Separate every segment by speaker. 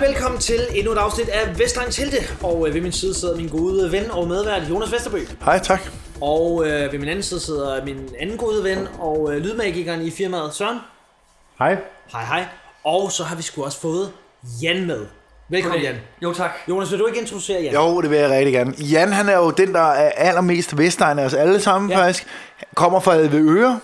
Speaker 1: velkommen til endnu et afsnit af Vestegns Helte. Og øh, ved min side sidder min gode ven og medvært Jonas Vesterbø.
Speaker 2: Hej, tak.
Speaker 1: Og øh, ved min anden side sidder min anden gode ven og øh, lydmagikeren i firmaet Søren.
Speaker 2: Hej.
Speaker 1: Hej hej. Og så har vi sgu også fået Jan med. Velkommen Jan.
Speaker 3: Jo tak.
Speaker 1: Jonas, vil du ikke introducere Jan?
Speaker 2: Jo, det vil jeg rigtig gerne. Jan, han er jo den, der er allermest vestegn af os alle sammen,
Speaker 1: Ja.
Speaker 2: ja. faktisk. Kommer fra Advedøre.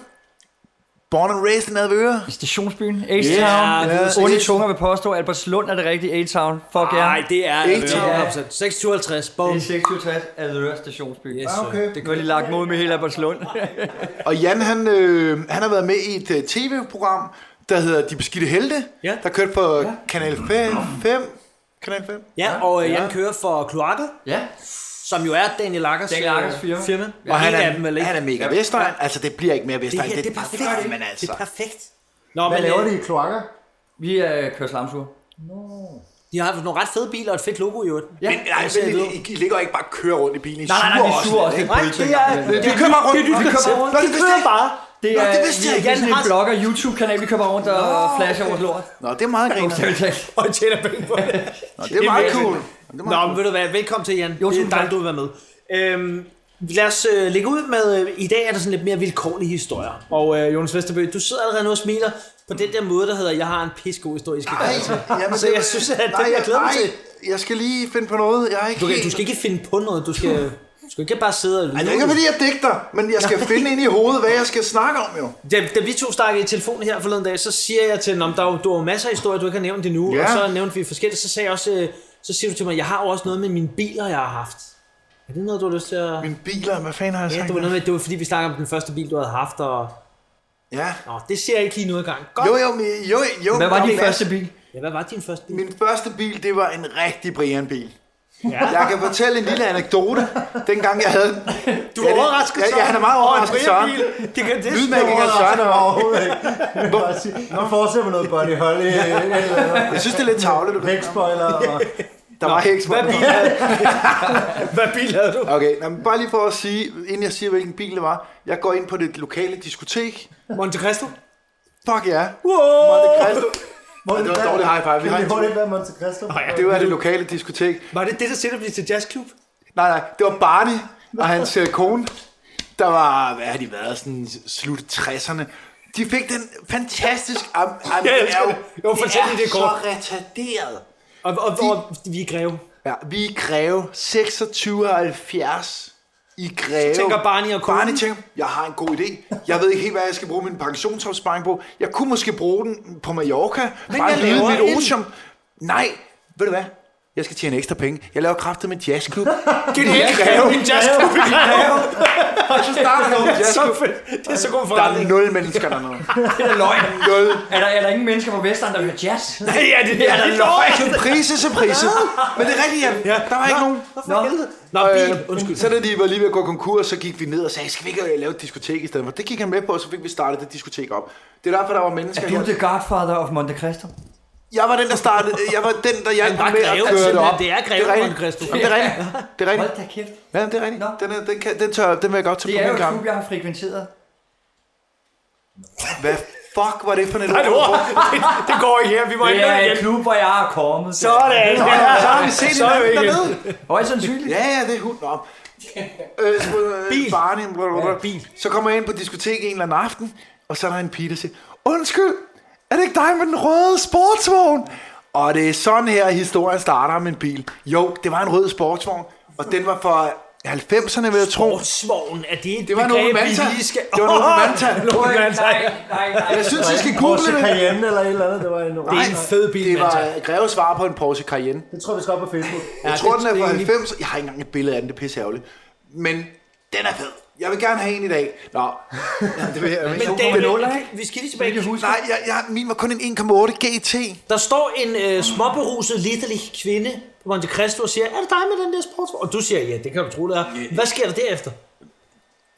Speaker 2: Born and raised in Advedøre.
Speaker 3: I stationsbyen,
Speaker 1: Ja,
Speaker 3: A-Town.
Speaker 1: det
Speaker 2: er
Speaker 3: Yeah, Onde
Speaker 2: sådan-
Speaker 3: tunger vil påstå, at Albertslund er det rigtige A-Town. Fuck ja.
Speaker 1: Nej, det er
Speaker 2: Ikke
Speaker 1: det er
Speaker 3: ja.
Speaker 1: 100%. 652. Bum.
Speaker 3: Ah, Det er 660 Adøre stationsby. Yes.
Speaker 1: Ah, okay.
Speaker 3: Det kunne lige lagt mod med hele Albertslund.
Speaker 2: Og Jan, han, øh, han har været med i et øh, tv-program, der hedder De Beskidte Helte.
Speaker 1: Ja.
Speaker 2: Der kørte på ja. Kanal 5. 5. Kanal 5.
Speaker 1: Ja, og øh, Jan kører for Kloakke,
Speaker 3: ja.
Speaker 1: som jo er Daniel Lakkers,
Speaker 3: Daniel Lakkers
Speaker 1: øh,
Speaker 3: firma.
Speaker 1: firma.
Speaker 2: Ja, og han
Speaker 1: en
Speaker 2: er,
Speaker 1: af dem, eller ikke?
Speaker 2: han er mega
Speaker 3: Ja.
Speaker 2: vestegn. Altså, det bliver ikke mere
Speaker 1: Det
Speaker 2: vestegn.
Speaker 1: her, det er perfekt.
Speaker 2: det gør men altså.
Speaker 1: Det er perfekt. Nå,
Speaker 3: Hvad
Speaker 1: men
Speaker 3: laver
Speaker 1: øh,
Speaker 2: i kloakker?
Speaker 3: Vi øh, kører slamsur.
Speaker 1: de har haft nogle ret fede biler og et fedt logo i øvrigt.
Speaker 2: Ja, men, nej,
Speaker 1: ser
Speaker 2: men
Speaker 1: det ud.
Speaker 2: I, I, ligger jo ikke bare og kører rundt i bilen. I
Speaker 3: Nej, nej, nej, vi suger også lidt
Speaker 2: lidt.
Speaker 3: på det.
Speaker 1: det er-
Speaker 3: Det-
Speaker 2: Vi kører bare rundt.
Speaker 1: Det er nyt
Speaker 2: Vi kører bare
Speaker 1: koncept.
Speaker 2: rundt. Nå,
Speaker 1: De
Speaker 2: det vidste
Speaker 1: kører
Speaker 2: jeg ikke.
Speaker 1: bare.
Speaker 3: Det
Speaker 2: Nå,
Speaker 3: er,
Speaker 2: det vidste jeg
Speaker 3: vi,
Speaker 2: ikke.
Speaker 3: vi er
Speaker 1: Jan
Speaker 3: sådan en
Speaker 1: Hart.
Speaker 3: blogger YouTube-kanal, vi køber rundt og flasher vores lort.
Speaker 2: Nå, det er meget griner.
Speaker 1: Og tjener penge på det.
Speaker 2: Nå, det er meget
Speaker 1: virkelig-
Speaker 2: cool. Det er meget
Speaker 1: Nå, men ved du hvad, velkommen til Jan.
Speaker 3: Jo,
Speaker 1: det er
Speaker 3: tusind
Speaker 1: dejligt,
Speaker 3: tak.
Speaker 1: du vil være med. Øhm, lad os øh, lægge ud med, øh, i dag er der sådan lidt mere vilkårlige historier. Og øh, Jonas Vesterbø, du sidder allerede nu og smiler på den der måde, der hedder, jeg har en pissegod historie, I skal
Speaker 2: Ej,
Speaker 1: gøre til.
Speaker 2: jamen,
Speaker 1: Så
Speaker 2: det-
Speaker 1: Altså, jeg synes, at
Speaker 2: nej,
Speaker 1: den, jeg glæder mig
Speaker 2: nej,
Speaker 1: til.
Speaker 2: Jeg skal lige finde på noget. Jeg er ikke
Speaker 1: Du, kan,
Speaker 2: helt...
Speaker 1: du skal ikke finde på noget, du skal, du skal ikke bare sidde og
Speaker 2: Ej, det er ikke, fordi jeg digter, men jeg skal finde ind i hovedet, hvad jeg skal snakke om, jo.
Speaker 1: Da, da vi to snakkede i telefonen her forleden dag, så siger jeg til ham, der er jo- du har jo masser af historier, du ikke har nævnt endnu,
Speaker 2: Ja.
Speaker 1: og så nævnte vi forskellige, så sagde jeg også, øh, så siger du til mig, jeg har jo også noget med mine biler, jeg har haft. Er det noget, du har lyst til at...
Speaker 2: Min biler, hvad fanden har jeg
Speaker 1: Ja,
Speaker 2: sagt?
Speaker 1: det var noget med, det var fordi, vi snakkede om den første bil, du havde haft, og...
Speaker 2: Ja.
Speaker 1: Nå, det ser jeg ikke lige nu i gang. Godt.
Speaker 2: Jo, jo, men, jo, jo.
Speaker 3: Hvad var
Speaker 2: men-
Speaker 3: din første bil?
Speaker 1: Ja, hvad var din første bil?
Speaker 2: Min første bil, det var en rigtig Brian-bil.
Speaker 1: Ja.
Speaker 2: Jeg kan fortælle en lille anekdote, dengang jeg havde den.
Speaker 1: Du
Speaker 2: Ja, det-
Speaker 1: overrasket,
Speaker 2: ja, ja, han er meget overrasket, Søren.
Speaker 1: Søren. Det kan det
Speaker 2: Lydmækkingen Søren er
Speaker 4: overhovedet ikke. Jeg vil bare sige, Nu fortsætter med noget Bonnie Holly.
Speaker 2: Jeg synes, det er lidt tavlet, du
Speaker 4: Vækspoiler.
Speaker 2: Der var ikke
Speaker 1: Hvad bil havde, hvad bil havde du?
Speaker 2: Okay, nå, men bare lige for at sige, inden jeg siger, hvilken bil det var. Jeg går ind på det lokale diskotek.
Speaker 1: Monte Cristo?
Speaker 2: Fuck ja.
Speaker 1: Wow!
Speaker 2: Monte Cristo.
Speaker 4: Og...
Speaker 2: det var en dårlig high five. Vi har en
Speaker 4: det
Speaker 2: tur.
Speaker 4: hurtigt være Monte Cristo. Nej,
Speaker 2: Det var det lokale diskotek.
Speaker 1: Var det det, der sendte mig til jazzklub?
Speaker 2: Nej, nej, det var Barney og hans øh, kone, der var, hvad har de været, sådan slut 60'erne. De fik den fantastisk... Am, am,
Speaker 1: Ja, jeg elsker det. Jo, fortæl lige
Speaker 2: det
Speaker 1: det
Speaker 2: er
Speaker 1: kort.
Speaker 2: så retarderet.
Speaker 1: Og, og, og, og vi er greve.
Speaker 2: Ja, vi er Greve 2670 i Greve.
Speaker 1: Så tænker Barney og konen?
Speaker 2: Barney tænker, jeg har en god idé. Jeg ved ikke helt, hvad jeg skal bruge min pensionsopsparing på. Jeg kunne måske bruge den på Mallorca. Men bare
Speaker 1: jeg
Speaker 2: nyde
Speaker 1: laver en-
Speaker 2: mit otium. Nej, ved du hvad? Jeg skal tjene ekstra penge. Jeg laver kraftet med jazzklub. Genialt. Greve.
Speaker 1: En jazzklub i Greve.
Speaker 2: Så starter jeg med
Speaker 1: Så
Speaker 2: jazzklub.
Speaker 1: fedt. Det er så god
Speaker 2: Der er
Speaker 1: forretning.
Speaker 2: nul mennesker dernede.
Speaker 3: Det er da løgn.
Speaker 2: Nul.
Speaker 3: Er der, er der ingen mennesker fra Vestland, der hører jazz?
Speaker 1: Ja, det, det er da
Speaker 2: Så
Speaker 1: løgn.
Speaker 2: prise, så prise. Men det er rigtigt, ja. Der var ikke nogen.
Speaker 1: For helvede. Nå, bil.
Speaker 2: Øh,
Speaker 1: Undskyld.
Speaker 2: Så da de var lige ved at gå konkurs, så gik vi ned og sagde, skal vi ikke øh, lave et diskotek i stedet for? Det gik han med på, og så fik vi startet det diskotek op. Det er derfor, der var mennesker
Speaker 3: Du
Speaker 2: her.
Speaker 3: er the godfather of Monte Cristo.
Speaker 2: Jeg var den, der startede. øh, Jeg var den, der hjalp
Speaker 1: Men bare
Speaker 2: dem med at
Speaker 1: Greve,
Speaker 2: køre det
Speaker 1: simpelthen.
Speaker 2: op.
Speaker 1: Det er Greve,
Speaker 2: det er
Speaker 1: Monte Cristo.
Speaker 2: rigtigt. Jamen, det er rigtigt. Det er rigtigt.
Speaker 3: Hold da kæft.
Speaker 2: Ja, det er rigtigt.
Speaker 3: Nå.
Speaker 2: Den, er, den, kan, den, tør, den vil jeg godt
Speaker 3: Det
Speaker 2: tage
Speaker 3: er
Speaker 2: på
Speaker 3: jo
Speaker 2: min
Speaker 3: et
Speaker 2: kamp.
Speaker 3: klub, jeg har frekventeret.
Speaker 2: Hvad fuck var det for et
Speaker 1: Nej, det
Speaker 2: ord?
Speaker 1: var- det- Det går ikke her. Vi må
Speaker 3: Det
Speaker 1: ikke
Speaker 3: er
Speaker 1: ned
Speaker 3: et
Speaker 1: igen.
Speaker 3: klub, hvor jeg er kommet.
Speaker 1: Sådan.
Speaker 2: Så har vi set
Speaker 1: altså- Så er vi
Speaker 2: hinanden
Speaker 1: igen.
Speaker 2: dernede.
Speaker 3: Højst sandsynligt.
Speaker 2: Ja, ja, det er hund op. Øh, så, øh,
Speaker 1: Bil.
Speaker 2: Barney, bla, bla, bla.
Speaker 1: Ja, bil.
Speaker 2: Så kommer jeg ind på diskotek en eller anden aften, og så er der en pige, der siger, undskyld, er det ikke dig med den røde sportsvogn? Og det er sådan her, historien starter om en bil. Jo, det var en rød sportsvogn, og den var fra 90'erne, vil jeg tro.
Speaker 1: Sportsvogn, er det et
Speaker 2: Det var en
Speaker 1: begreb,
Speaker 2: Opel
Speaker 1: vi
Speaker 2: Manta.
Speaker 1: lige skal...
Speaker 2: Det var en Opel Manta.
Speaker 1: Opel Manta.
Speaker 3: nej, nej, nej.
Speaker 2: Jeg synes, I skal google
Speaker 4: Porsche
Speaker 2: det.
Speaker 4: Cayenne eller et eller andet. Det var en
Speaker 1: Det
Speaker 4: Nej.
Speaker 1: er en fed bil,
Speaker 2: Det
Speaker 1: Manta.
Speaker 2: var Greve svar på en Porsche Cayenne.
Speaker 4: Det tror jeg, vi skal op på Facebook.
Speaker 2: Jeg
Speaker 1: Ja,
Speaker 2: tror,
Speaker 1: det-
Speaker 2: den er
Speaker 1: det
Speaker 2: fra
Speaker 1: er egentlig-
Speaker 2: 90. Jeg har ikke engang et billede af den, det er pisseærgerligt. Men den er fed. Jeg vil gerne have en i dag. Nå, ja, det vil jeg
Speaker 1: Men
Speaker 2: ikke.
Speaker 1: David, vi skal lige tilbage.
Speaker 2: Nej, jeg, jeg, min var kun en 1,8 GT.
Speaker 1: Der står en øh, småberuset, litterlig kvinde på Monte Cristo og siger, er det dig med den der sportsvogn? Og du siger, ja, det kan du tro, det er. Hvad sker der derefter?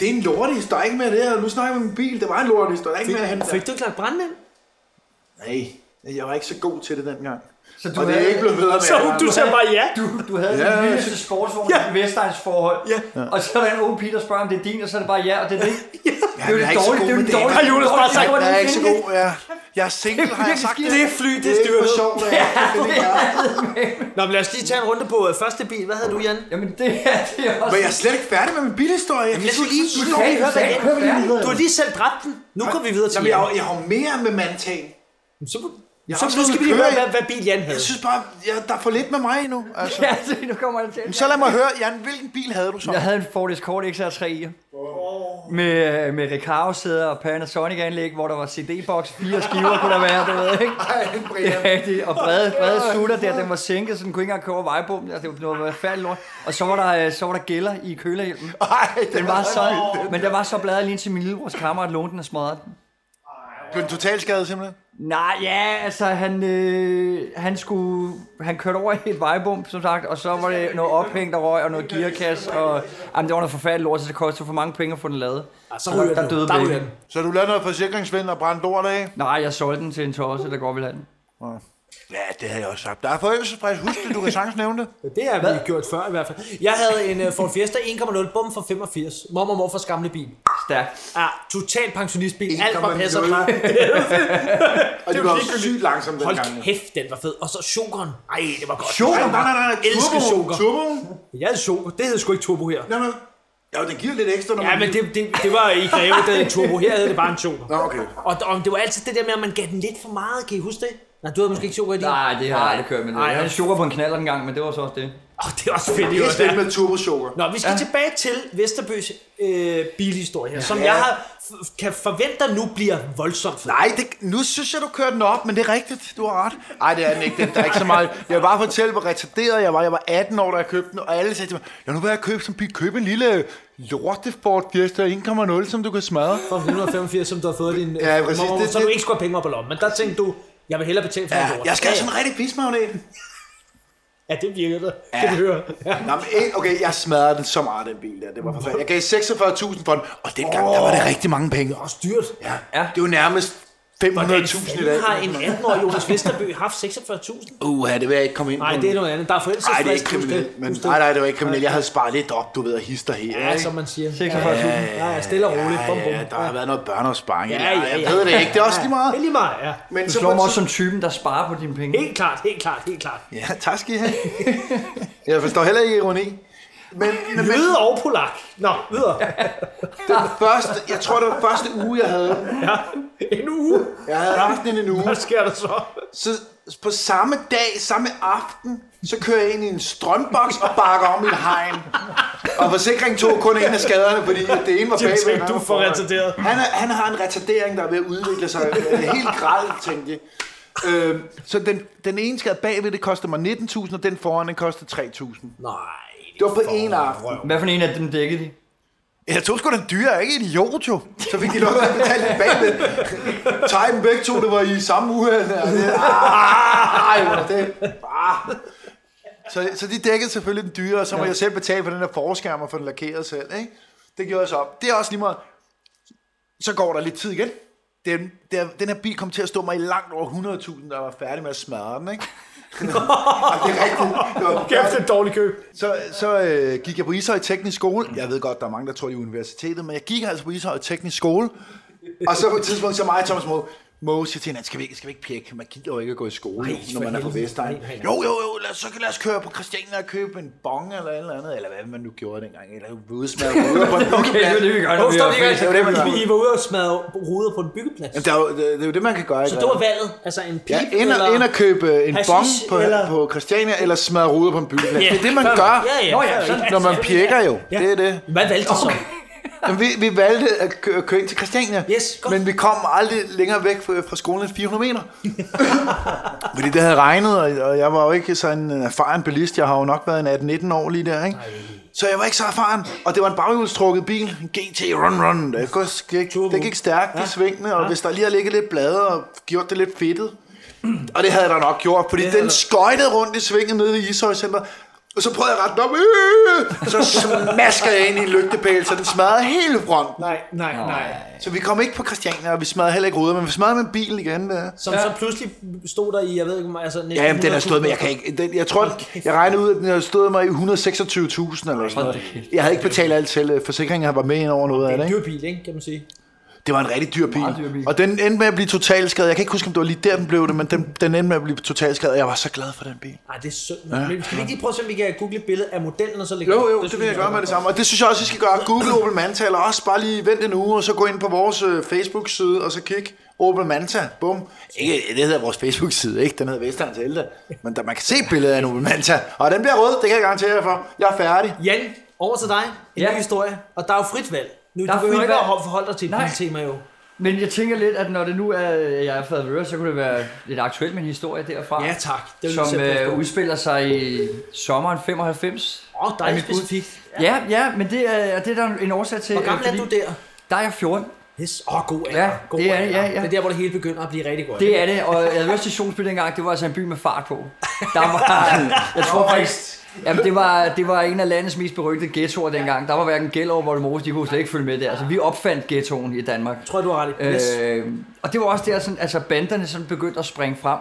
Speaker 2: Det er en lortis, der er ikke mere det her. Nu snakker jeg med min bil, det var en lortis, der er ikke mere at hente.
Speaker 1: Fik du ikke lagt brandmænd?
Speaker 2: Nej, jeg var ikke så god til det dengang.
Speaker 3: Så du
Speaker 2: Og det er
Speaker 3: havde-
Speaker 2: ikke blevet bedre med
Speaker 1: Så
Speaker 2: alderen.
Speaker 1: du sagde bare ja.
Speaker 3: Du, du havde
Speaker 2: Ja,
Speaker 3: ja, den
Speaker 2: ja,
Speaker 3: vildeste sportsvogn ja. i Vestegns forhold. Ja. Og så er der en ung pige, der spørger, om det er din, og så er det bare ja, og det er det. Ja, det er jo
Speaker 2: jeg er
Speaker 3: det
Speaker 2: ikke så
Speaker 3: dårlige,
Speaker 2: god
Speaker 3: det er jo
Speaker 2: med
Speaker 3: det
Speaker 2: det.
Speaker 3: dårlige.
Speaker 2: Har
Speaker 3: Julius
Speaker 2: Jeg er ikke så god, ja. Jeg er single, har jeg sagt det?
Speaker 1: Det fly, det
Speaker 4: Det er ikke for
Speaker 1: styrede.
Speaker 4: sjovt, at jeg skal finde
Speaker 1: Nå, men lad os lige tage en runde på øh, første bil. Hvad havde du, Jan?
Speaker 3: Jamen det er det er også...
Speaker 2: Men jeg er slet ikke færdig med min bilhistorie.
Speaker 1: lad os lige-
Speaker 2: Du
Speaker 1: du
Speaker 2: kan
Speaker 1: kan
Speaker 2: ikke
Speaker 1: ikke- Hvad?
Speaker 2: høre det.
Speaker 4: Kør vi lige videre.
Speaker 1: Du har lige selv dræbt den. Nu går vi videre til
Speaker 2: Jamen, jeg,
Speaker 1: Jan.
Speaker 2: har- jeg har jo mere med mandtagen.
Speaker 1: Så,
Speaker 2: Jeg
Speaker 1: så
Speaker 2: har også
Speaker 1: nu
Speaker 2: noget
Speaker 1: skal vi lige
Speaker 2: med køre
Speaker 1: høre,
Speaker 2: i.
Speaker 1: hvad, hvad bil Jan havde.
Speaker 2: Jeg synes bare, jeg, der er for lidt med mig endnu. Altså.
Speaker 3: Ja, se, nu kommer det til.
Speaker 2: Så lad mig høre, Jan, hvilken bil havde du så?
Speaker 3: Jeg havde en Ford Escort XR3 i. Med, øh, med Recaro-sæder og Panasonic-anlæg, hvor der var CD-boks, fire skiver kunne der være, du ved, ikke? Ja, det, og brede, brede sutter der, den var sænket, så den kunne ikke engang køre over vejbommen. Altså, det var noget færdigt lort. Og så var der, øh, så var der gælder i kølerhjelmen.
Speaker 2: Nej,
Speaker 3: Den var så, men der var så bladret lige til min lillebrors kammerat, lånte den og smadrede den.
Speaker 2: Du er en totalskade simpelthen.
Speaker 3: Nej, ja, altså han, øh, han skulle, han kørte over i et vejbump, som sagt, og så var det noget ophæng, der røg, og noget gearkasse, og jamen, det var noget forfærdeligt lort, så det kostede for mange penge at få den lavet.
Speaker 1: Ah, så
Speaker 3: Og
Speaker 1: ryger
Speaker 3: der,
Speaker 1: den.
Speaker 3: der døde
Speaker 1: Der ryger
Speaker 3: begge.
Speaker 1: den.
Speaker 2: Så du lavede noget forsikringsvind og brændte lort af?
Speaker 3: Nej, jeg solgte den til en tosse, der går vel den.
Speaker 2: Ja, det havde jeg også sagt. Der er forældelsesfrist. Husk det, du kan sagtens nævne det.
Speaker 1: Det har vi gjort før i hvert fald. Jeg havde en øh, Ford Fiesta 1.0 bum fra 85. Mor og mor for skamle bil.
Speaker 3: Stærkt.
Speaker 1: Ja, total pensionistbil. Alt var
Speaker 4: 1,0.
Speaker 1: passer bare.
Speaker 4: Og det var sygt langsomt den gang.
Speaker 1: Hold kæft, den var fed. Og så Shogun. Ej, det var godt.
Speaker 2: Joker, nej, nej, nej.
Speaker 1: Elsker
Speaker 2: Turboen,
Speaker 1: Joker.
Speaker 2: Turboen.
Speaker 1: Jeg havde Shogun. Det hed sgu ikke Turbo her.
Speaker 2: Nej, nej. Ja, den giver lidt ekstra, når
Speaker 1: Ja,
Speaker 2: man...
Speaker 1: men det, det, det var i Greve, der hed en Turbo. Her hed det bare en Shogun.
Speaker 2: Nå, okay.
Speaker 1: Og, og det var altid det der med, at man gav den lidt for meget. Kan I huske det? Nej, du havde måske ikke Shogun i din.
Speaker 3: Nej, det har jeg aldrig kørt med det.
Speaker 1: Nej,
Speaker 3: Jeg havde en
Speaker 1: ja.
Speaker 3: sukker på en knaller en gang, men det var så også det.
Speaker 1: Åh, det er også fedt.
Speaker 2: Det
Speaker 1: jo,
Speaker 2: er
Speaker 1: der.
Speaker 2: slet med turbo sugar.
Speaker 1: Nå, vi skal ja. tilbage til Vesterbøs øh, bilhistorie her, ja. som jeg har, f- kan forvente der nu bliver voldsomt fed.
Speaker 2: Nej, det, nu synes jeg, du kørte den op, men det er rigtigt. Du har ret. Nej, det er den ikke. Den, der er ikke så meget. Jeg vil bare fortælle, hvor retarderet jeg var. Jeg var 18 år, da jeg købte den, og alle sagde til mig, ja, nu vil jeg købe, som, købe en lille lorte Ford Fiesta 1.0, som du kan smadre.
Speaker 1: For 185, som du har fået din øh,
Speaker 2: Ja, præcis.
Speaker 1: mormor,
Speaker 2: Det-
Speaker 1: så du
Speaker 2: det-
Speaker 1: ikke skulle have penge op på lommen. Men der tænkte du, jeg vil hellere betale for
Speaker 2: Ja,
Speaker 1: min lort.
Speaker 2: jeg skal
Speaker 1: ja,
Speaker 2: have sådan en rigtig bismagneten.
Speaker 1: ja, det virker der. Ja. Kan du høre? Ja.
Speaker 2: Nå, men, eh, okay, jeg smadrede den så meget, den bil der. Det var forfærdeligt. Jeg gav 46.000 for den, og dengang, der var det rigtig mange penge.
Speaker 1: Også dyrt. Ja.
Speaker 2: Ja. Det var nærmest 500.000 i dag.
Speaker 1: har en 18-årig Jonas Vesterbø haft 46.000?
Speaker 2: Uha, det vil jeg ikke komme ind på.
Speaker 1: Nej, det er noget andet. Der er forældre,
Speaker 2: Nej, det er ikke kriminelt. Men, nej, nej, det var ikke kriminelt. Jeg havde sparet lidt op, du ved, og hister her.
Speaker 1: Ja,
Speaker 2: ikke?
Speaker 1: som man siger.
Speaker 3: 46.000.
Speaker 1: Ja, ja, stille og roligt. Bum, bum.
Speaker 2: Ja, der har været noget børneopsparing.
Speaker 1: Ja,
Speaker 2: Ja,
Speaker 1: ja,
Speaker 2: ja,
Speaker 1: ja.
Speaker 2: Jeg ved det ikke. Det er også lige meget.
Speaker 1: Det er lige meget, ja.
Speaker 2: Men
Speaker 3: Du
Speaker 2: så
Speaker 3: slår mig også
Speaker 2: så...
Speaker 3: som typen, der sparer på dine penge.
Speaker 1: Helt klart, helt klart, helt klart.
Speaker 2: Ja, tak skal I have. Jeg forstår heller ikke ironi. Men, men, men
Speaker 1: Jøde og polak. Nå, videre.
Speaker 2: den første, jeg tror, det var første uge, jeg havde. den.
Speaker 1: Ja. En uge.
Speaker 2: Jeg havde haft den en uge.
Speaker 1: Hvad sker der så?
Speaker 2: Så på samme dag, samme aften, så kører jeg ind i en strømboks og bakker om i et hegn. Og forsikring tog kun en af skaderne, fordi det ene var bagved.
Speaker 1: tænkte,
Speaker 2: og den anden
Speaker 1: du
Speaker 2: var
Speaker 1: får
Speaker 2: foran.
Speaker 1: retarderet.
Speaker 2: Han, er, han har en retardering, der er ved at udvikle sig. Det er helt gralt, tænkte jeg. Øh, så den, den ene skade bagved, det kostede mig 19.000, og den foran, den kostede 3.000.
Speaker 1: Nej.
Speaker 2: Det var på en aften.
Speaker 3: Hvad for en af dem dækkede de?
Speaker 2: Jeg tog sgu da dyre, jeg er ikke idiot jo. Så fik de lov til at betale lidt bagved. Tag dem begge to, det var i samme uge. Nej, hvor det. Ah. Så, så de dækkede selvfølgelig den dyre, og så må jeg selv betale for den der forskærm og for den lakeret selv. Ikke? Det gjorde jeg så op. Det er også lige meget. Så går der lidt tid igen. Den, der, den her bil kom til at stå mig i langt over 100.000, da jeg var færdig med at smadre den. Ikke? Ej, det er rigtigt. Det var
Speaker 1: Kæft, det er et dårligt køb.
Speaker 2: så, så øh, gik jeg på Ishøj Teknisk Skole. Jeg ved godt, der er mange, der tror, det er universitetet, men jeg gik altså på Ishøj Teknisk Skole. Og så på et tidspunkt, så mig og Thomas Moe, Moe siger til hinanden, skal vi, ikke- skal vi ikke pjekke? Man gider jo ikke at gå i skole, Ej, når man er på Vestegn. Jo, jo, jo, lad os, så kan lad os køre på Christiania og købe en bong eller et eller andet, eller hvad man nu gjorde dengang, eller udsmad på en
Speaker 3: Okay, det er det,
Speaker 2: byggeplads.
Speaker 3: vi gør, når
Speaker 1: Hvorfor
Speaker 3: vi
Speaker 1: står de
Speaker 3: er
Speaker 1: ikke
Speaker 3: fri.
Speaker 2: det var det, vi
Speaker 1: altså? I var ude og smadre ruder på en byggeplads.
Speaker 2: Jamen, der er jo- det, det er jo det, man kan gøre.
Speaker 1: Så det var valget, altså en pip
Speaker 2: Ja, ind,
Speaker 1: eller...
Speaker 2: og, ind og købe en
Speaker 1: hashish
Speaker 2: bong på,
Speaker 1: eller-
Speaker 2: på Christiania, eller smadre ruder på en byggeplads.
Speaker 1: Ja,
Speaker 2: Det er det, man
Speaker 1: fair nok.
Speaker 2: gør,
Speaker 1: Ja, ja.
Speaker 3: Nå ja, sådan.
Speaker 2: når man pjekker jo.
Speaker 1: Ja.
Speaker 2: Det er det.
Speaker 1: Hvad valgte de så?
Speaker 2: Men vi, vi valgte at køre, køre ind til Christiania,
Speaker 1: Yes, godt.
Speaker 2: men vi kom aldrig længere væk fra, fra skolen end 400 meter. Fordi det havde regnet, og, og jeg var jo ikke sådan en erfaren bilist. Jeg har jo nok været en 18-19 år lige der, ikke? Så jeg var ikke så erfaren, og det var en baghjulstrukket bil, en GT Run Run. Det gik, det gik stærkt i svingene, og hvis der lige har ligget lidt blade og gjort det lidt fedtet, og det havde der nok gjort, fordi den skøjtede rundt i svinget nede i Ishøj Center. Og så prøvede jeg at rette den op. Øh! Og så smasker jeg ind i en lygtepæl, så den smadrede hele fronten.
Speaker 1: Nej, nej, nej.
Speaker 2: Så vi kom ikke på Christiania, og vi smadrede heller ikke ruder, men vi smadrede med bilen igen. Der.
Speaker 1: Som så pludselig stod der i, jeg ved ikke, hvor meget, altså...
Speaker 2: Ja, jamen, den har stået med, jeg kan ikke, den, jeg tror, den- jeg regnede ud, at den har stået mig i 126.000 eller sådan noget. Jeg havde ikke betalt alt selv, øh, forsikringen var med ind over noget af
Speaker 1: Det
Speaker 2: det,
Speaker 1: er en
Speaker 2: ikke?
Speaker 1: dyr bil, ikke, kan man sige.
Speaker 2: Det var en rigtig dyr bil.
Speaker 3: Meget dyr bil.
Speaker 2: Og den endte med at blive totalskadet. Jeg kan ikke huske, om det var lige der, den blev det, men den, den endte med at blive totalskadet. Jeg var så glad for den bil.
Speaker 1: Ej, det er synd. Ja. Men skal vi ikke lige prøve at se, om vi kan google et billede af modellen, og så lægge
Speaker 2: Jo, jo, det, det vil jeg gøre med det samme. Og det synes jeg også, I skal gøre. Google Opel Manta, eller også bare lige vent en uge, og så gå ind på vores øh, Facebook-side, og så kig Opel Manta. Bum. Ikke, det hedder vores Facebook-side, ikke? Den hedder Vestegns Ældre. Men der, man kan se billedet af en Opel Manta. Og den bliver rød, det kan jeg garantere jer for. Jeg er færdig.
Speaker 1: Jan, over til dig. En
Speaker 3: Ja.
Speaker 1: ny historie. Og der er jo frit valg. Nu,
Speaker 3: Der
Speaker 1: du
Speaker 3: er
Speaker 1: behøver
Speaker 3: frit
Speaker 1: ikke
Speaker 3: valg.
Speaker 1: at forholde dig til et
Speaker 3: Nej.
Speaker 1: biltema, jo.
Speaker 3: Men jeg tænker lidt, at når det nu er, øh, jeg er fra Avedøre, så kunne det være lidt aktuelt med en historie derfra.
Speaker 1: Ja, tak. Det vil
Speaker 3: som
Speaker 1: jeg
Speaker 3: øh, udspiller sig i sommeren 95.
Speaker 1: Åh, der
Speaker 3: Er
Speaker 1: er
Speaker 3: mit bud.
Speaker 1: specifikt.
Speaker 3: Ja, ja, men det er, det er der en årsag til.
Speaker 1: Hvor
Speaker 3: øh,
Speaker 1: gammel er
Speaker 3: fordi
Speaker 1: du der?
Speaker 3: Der er jeg 14.
Speaker 1: Yes. Åh, oh, god alder.
Speaker 3: Ja,
Speaker 1: god
Speaker 3: det er-
Speaker 1: alder.
Speaker 3: ja, ja.
Speaker 1: Det er der, hvor det hele begynder at blive rigtig godt.
Speaker 3: Det er det, og Avedøre Stationsby dengang, det var altså en by med fart på. Der var, jeg tror faktisk, jamen det var, det var en af landets mest berygtede ghettoer dengang. Der var hverken Gæld og Voldemose, de kunne slet ikke følge med der. Altså vi opfandt ghettoen i Danmark.
Speaker 1: Tror jeg, du har ret. i. Yes.
Speaker 3: Øh, og det var også der, sådan, altså banderne sådan begyndte at springe frem.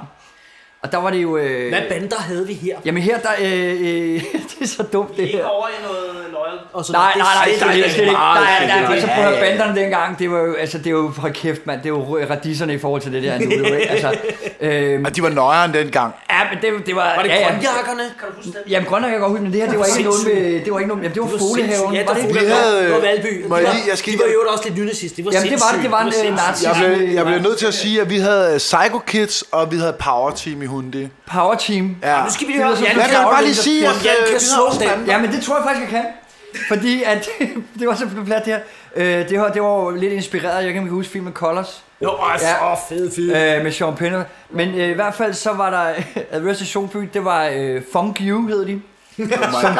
Speaker 3: Og der var det jo... Øh,
Speaker 1: Hvad bander havde vi her?
Speaker 3: Jamen her, der... Øh, øh, det er så dumt, det her.
Speaker 1: over i noget loyal. Og så
Speaker 3: Nej, nej, nej, nej, nej, nej, nej, nej, nej,
Speaker 2: slet
Speaker 3: nej,
Speaker 2: ikke.
Speaker 3: altså prøv at høre,
Speaker 2: Ja, ja, ja.
Speaker 3: banderne dengang, det var jo, altså det er jo, hold kæft mand, det er jo radisserne i forhold til det der nu, jo, ikke? altså, øhm,
Speaker 2: Og de var nøjere end dengang.
Speaker 3: ja, men det, det var,
Speaker 1: Var det
Speaker 3: ja, ja.
Speaker 1: grønjakkerne? Kan du huske det?
Speaker 3: Jamen grønne, jeg kan godt huske, men det her, det var ikke noget med, det var ikke noget, jamen det var
Speaker 1: Det var sindssygt.
Speaker 3: Folehaven,
Speaker 1: Ja,
Speaker 3: var det ikke?
Speaker 2: Vi havde-
Speaker 1: det var Valby.
Speaker 2: Må
Speaker 1: de
Speaker 2: jeg
Speaker 1: var,
Speaker 2: lige- jeg skal
Speaker 1: de
Speaker 2: lige-
Speaker 1: var jo også lidt nynazister. De var
Speaker 3: Jamen det var det, det var en øh,
Speaker 1: sindssyge.
Speaker 3: nazi,
Speaker 2: Jeg blev, jeg blev nødt til at sige, at vi havde øh, Psycho Kids, og vi havde Power Team i Hundi.
Speaker 3: power team.
Speaker 2: Ja.
Speaker 1: Nu skal vi lige høre, om
Speaker 3: Jeg
Speaker 1: Jan
Speaker 3: kan
Speaker 1: kan
Speaker 3: bare
Speaker 2: lige sige,
Speaker 1: om
Speaker 2: at,
Speaker 1: Jan
Speaker 2: øh, vi
Speaker 1: kan
Speaker 2: har
Speaker 1: slå
Speaker 2: også
Speaker 1: den.
Speaker 2: bander.
Speaker 3: Ja, men det tror jeg faktisk, jeg kan. Fordi at, det var så plat det her, øh, det var, det var jo lidt inspireret, jeg kan ikke huske filmen Colors.
Speaker 1: Jo, altså,
Speaker 3: Ja.
Speaker 1: åh, fed fyr.
Speaker 3: øh, med Sean Penn. Men øh, i hvert fald så var der Adverse Station det var øh, Funk You hed de. som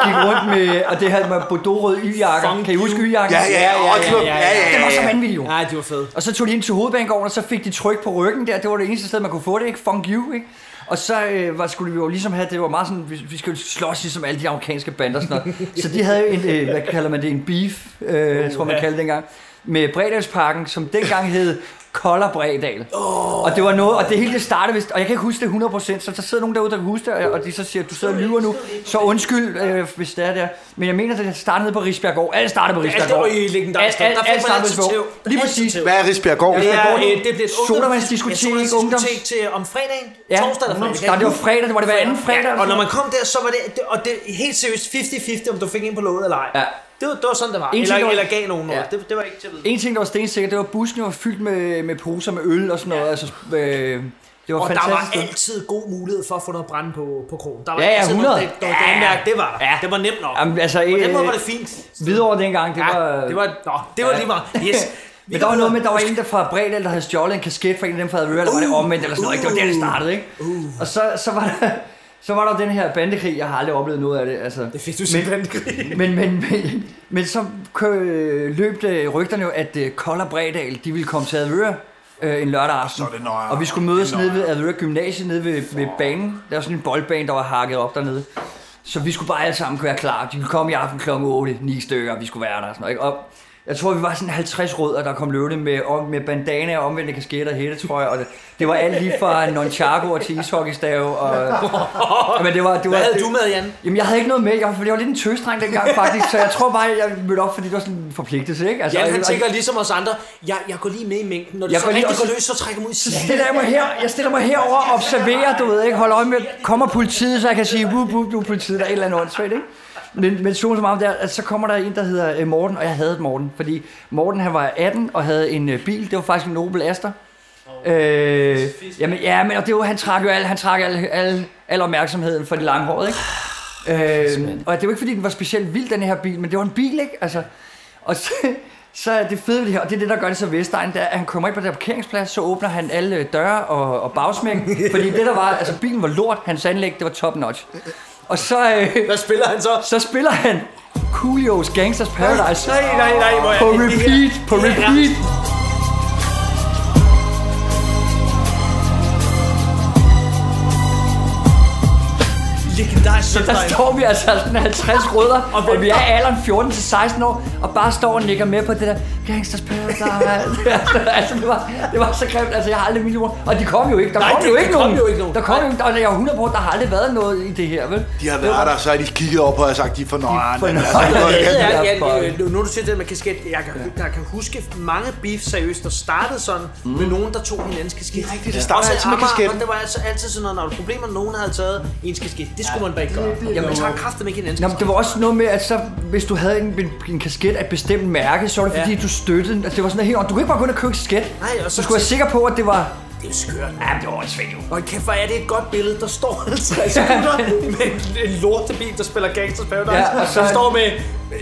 Speaker 3: gik rundt med, og det havde med bordeaux-rød y-jakker.
Speaker 1: Funk
Speaker 3: Kan I huske y-jakken?
Speaker 2: Ja, ja, ja,
Speaker 1: ja,
Speaker 2: ja,
Speaker 1: ja,
Speaker 2: ja, ja,
Speaker 3: Det var så
Speaker 2: ja, ja.
Speaker 3: vanvittigt jo.
Speaker 1: Nej, det var fed.
Speaker 3: Og så tog de ind til hovedbanegården, og så fik de tryk på ryggen der. Det var det eneste sted, man kunne få det, ikke? Funk you, ikke? Og så øh, var, skulle vi jo ligesom have, det var meget sådan, vi, vi skulle slås ligesom alle de amerikanske bander og sådan noget. Så de havde jo en, øh, hvad kalder man det, en beef, øh, tror man kaldte det engang, med Bredalsparken, som dengang hed Kolder Bredal. Oh. Og det var noget, og det hele det startede vist, og jeg kan ikke huske det 100%, så der sidder nogen derude, der kan huske det, og de så siger, du sidder og lyver nu, så undskyld, øh, hvis det er der. Men jeg mener, at det startede på Rigsbjerggård. Alt startede på
Speaker 1: Alt det
Speaker 3: Rigsbjerggård.
Speaker 1: var i legendarisk.
Speaker 3: Alt- alt-
Speaker 1: Der fik
Speaker 3: alt
Speaker 1: man altid
Speaker 3: startede på-
Speaker 1: tæv.
Speaker 3: Lige
Speaker 1: Altid
Speaker 3: præcis.
Speaker 1: tæv.
Speaker 2: Hvad er Risbjerggård?
Speaker 1: Det er,
Speaker 3: Hvor-
Speaker 1: øh, det bliver et ungdoms-
Speaker 3: Sodavandsdiskotek,
Speaker 1: ja, sodavandsdiskotek
Speaker 3: ungdoms-
Speaker 1: til øh, om fredagen,
Speaker 3: Ja,
Speaker 1: torsdag eller fredag.
Speaker 3: der, det var fredag, det var det hver anden fredag.
Speaker 1: Og når man kom der, så var det, det- og det er helt seriøst 50-50, om du fik en på låget eller ej.
Speaker 3: Ja.
Speaker 1: Det var, det var sådan, det var.
Speaker 3: En ting,
Speaker 1: Eller,
Speaker 3: der var-
Speaker 1: eller gav nogen noget.
Speaker 3: Ja.
Speaker 1: Det, det var ikke til at vide.
Speaker 3: En ting, der var stensikker, det var, at bussen var fyldt med, med poser med øl og sådan noget. Altså, øh, det var
Speaker 1: Og der var
Speaker 3: fantastisk.
Speaker 1: altid god mulighed for at få noget brand på, på krogen. Der var
Speaker 3: Ja, ja,
Speaker 1: altid
Speaker 3: 100.
Speaker 1: Noget, der, der var
Speaker 3: Ja.
Speaker 1: ja, det var der.
Speaker 3: Ja.
Speaker 1: Ja. Det var nemt nok.
Speaker 3: Jamen, altså,
Speaker 1: på den
Speaker 3: øh,
Speaker 1: måde var det fint.
Speaker 3: Hvidovre dengang, det
Speaker 1: Ja,
Speaker 3: var...
Speaker 1: det var, nå, det var
Speaker 3: ja.
Speaker 1: lige meget. Yes. Vi
Speaker 3: men der
Speaker 1: går
Speaker 3: var
Speaker 1: videre.
Speaker 3: noget med, der var en der fra Bredal, der havde stjålet en kasket fra en af dem fra Advøre, eller var det
Speaker 1: Uh,
Speaker 3: omvendt, eller sådan noget. ikke? Det var der, det
Speaker 1: uh,
Speaker 3: startede, ikke? Og så, så var der... Så var der jo den her bandekrig, jeg har aldrig oplevet noget af det. Altså.
Speaker 1: Det fik du simpelthen
Speaker 3: men, men, men, men så kø, løb det rygterne jo, at øh, Kold og Bredal, de ville komme til Advøre øh, en lørdag aften.
Speaker 2: Så er det nøjere.
Speaker 3: og vi skulle
Speaker 2: Det
Speaker 3: mødes
Speaker 2: er
Speaker 3: nede ved
Speaker 2: nøjere.
Speaker 3: Advøre Gymnasiet, nede ved, ved banen. Der var sådan en boldbane, der var hakket op dernede. Så vi skulle bare alle sammen være klar. De ville komme i aften kl. 8, 9 stykker, og vi skulle være der og sådan noget. Ikke? Og jeg tror, vi var sådan 50 rødder, der kom løbende med, om- med bandana og omvendte kasketter og hættetrøjer. Og det, det var alt lige fra nonchago til ishockeystave. Og, Ja, men det var, det var,
Speaker 1: Hvad havde
Speaker 3: det,
Speaker 1: du med, Jan?
Speaker 3: Jamen, jeg havde ikke noget med, jeg, for jeg var lidt en tøsdreng dengang faktisk, så jeg tror bare, jeg mødte op, fordi det var sådan en forpligtelse, ikke? Altså,
Speaker 1: Jan, han
Speaker 3: og-
Speaker 1: tænker ligesom os andre, jeg, jeg går lige med i mængden. Når du
Speaker 3: Jeg
Speaker 1: så
Speaker 3: går lige
Speaker 1: rigtig
Speaker 3: også-
Speaker 1: går løs, så trækker jeg mig ud i
Speaker 3: så
Speaker 1: siden.
Speaker 3: stiller jeg mig her, jeg stiller mig herover og observerer, du ved ikke, holder øje med, kommer politiet, så jeg kan sige, wup, wup, du er politiet, der er et eller andet åndssvagt, ikke? Men, men så som om der, altså, så kommer der en, der hedder øh, Morten, og jeg havde Morten, fordi Morten han var 18 og havde en øh, bil, det var faktisk en Opel Astra. Øh, jamen, ja, men og det var, han trak jo al, han trak al, al, al opmærksomheden for det lange hår, ikke? Øh, og det var ikke fordi, den var specielt vild, den her bil, men det var en bil, ikke? Altså, og så, så er det fede ved det her, og det er det, der gør det så Vestegn, det er, at han kommer ind på den her parkeringsplads, så åbner han alle øh, døre og, og bagsmæk, fordi det der var, altså bilen var lort, hans anlæg, det var top notch. Og så, øh,
Speaker 1: Hvad spiller han så?
Speaker 3: så spiller han Coolio's Gangsters Paradise
Speaker 1: Nej, nej, nej, hvor er
Speaker 3: på
Speaker 1: det- det her-
Speaker 3: repeat, på
Speaker 1: det her er-
Speaker 3: repeat.
Speaker 1: legendarisk
Speaker 3: Så der står vi altså sådan 50 rødder, og, og vi er i alderen 14 til 16 år, og bare står og nikker med på det der Gangsters Paradise. altså, det var, det var så grimt. Altså, jeg har aldrig mine ord. Og de kom jo ikke. Der
Speaker 1: Nej,
Speaker 3: kom
Speaker 1: det-
Speaker 3: jo
Speaker 1: der
Speaker 3: ikke
Speaker 1: kom
Speaker 3: nogen.
Speaker 1: jo ikke nogen.
Speaker 3: Der kom jo ikke. Og jeg er 100 på, der har aldrig været noget i det her, vel?
Speaker 2: De har været der, så har de kigget op på og sagt, de er for nøjerne.
Speaker 3: for
Speaker 2: men altså,
Speaker 3: nøjerne.
Speaker 2: det var-
Speaker 1: Ja, ja,
Speaker 3: Ja, for-
Speaker 1: ja, nu, nu du siger det med kasket, jeg kan, jeg kan huske mange beef seriøst, der startede sådan mm. med nogen, der tog hinandens kasket.
Speaker 2: Det er rigtigt, det starter
Speaker 1: Også i
Speaker 2: altid med
Speaker 1: Amager,
Speaker 2: kasketten.
Speaker 1: Og det var altså altid sådan noget, når der var problemer, nogen havde taget ens kasket. Det skulle man bare ikke gøre. Jamen, man tager kraften med hinandens
Speaker 3: Nå, men
Speaker 1: kasket.
Speaker 3: det var også noget med, at så, hvis du havde en, en, en kasket af et bestemt mærke, så var det
Speaker 1: Ja.
Speaker 3: fordi, du støttede den. Altså, det var sådan helt... Og du kunne ikke bare gå ind og købe en kasket.
Speaker 1: Nej, og så-
Speaker 3: Du skulle være sikker på, at det var...
Speaker 1: Det er jo skørt.
Speaker 3: Ja, det var også fedt, jo.
Speaker 1: Og kæft, hvor er det et godt billede. Der står 50 gutter med en- en lortebil, der spiller Gangsters Paradise.
Speaker 3: Ja,
Speaker 1: Ja,
Speaker 3: og
Speaker 1: og
Speaker 3: så-
Speaker 1: så... Der står med,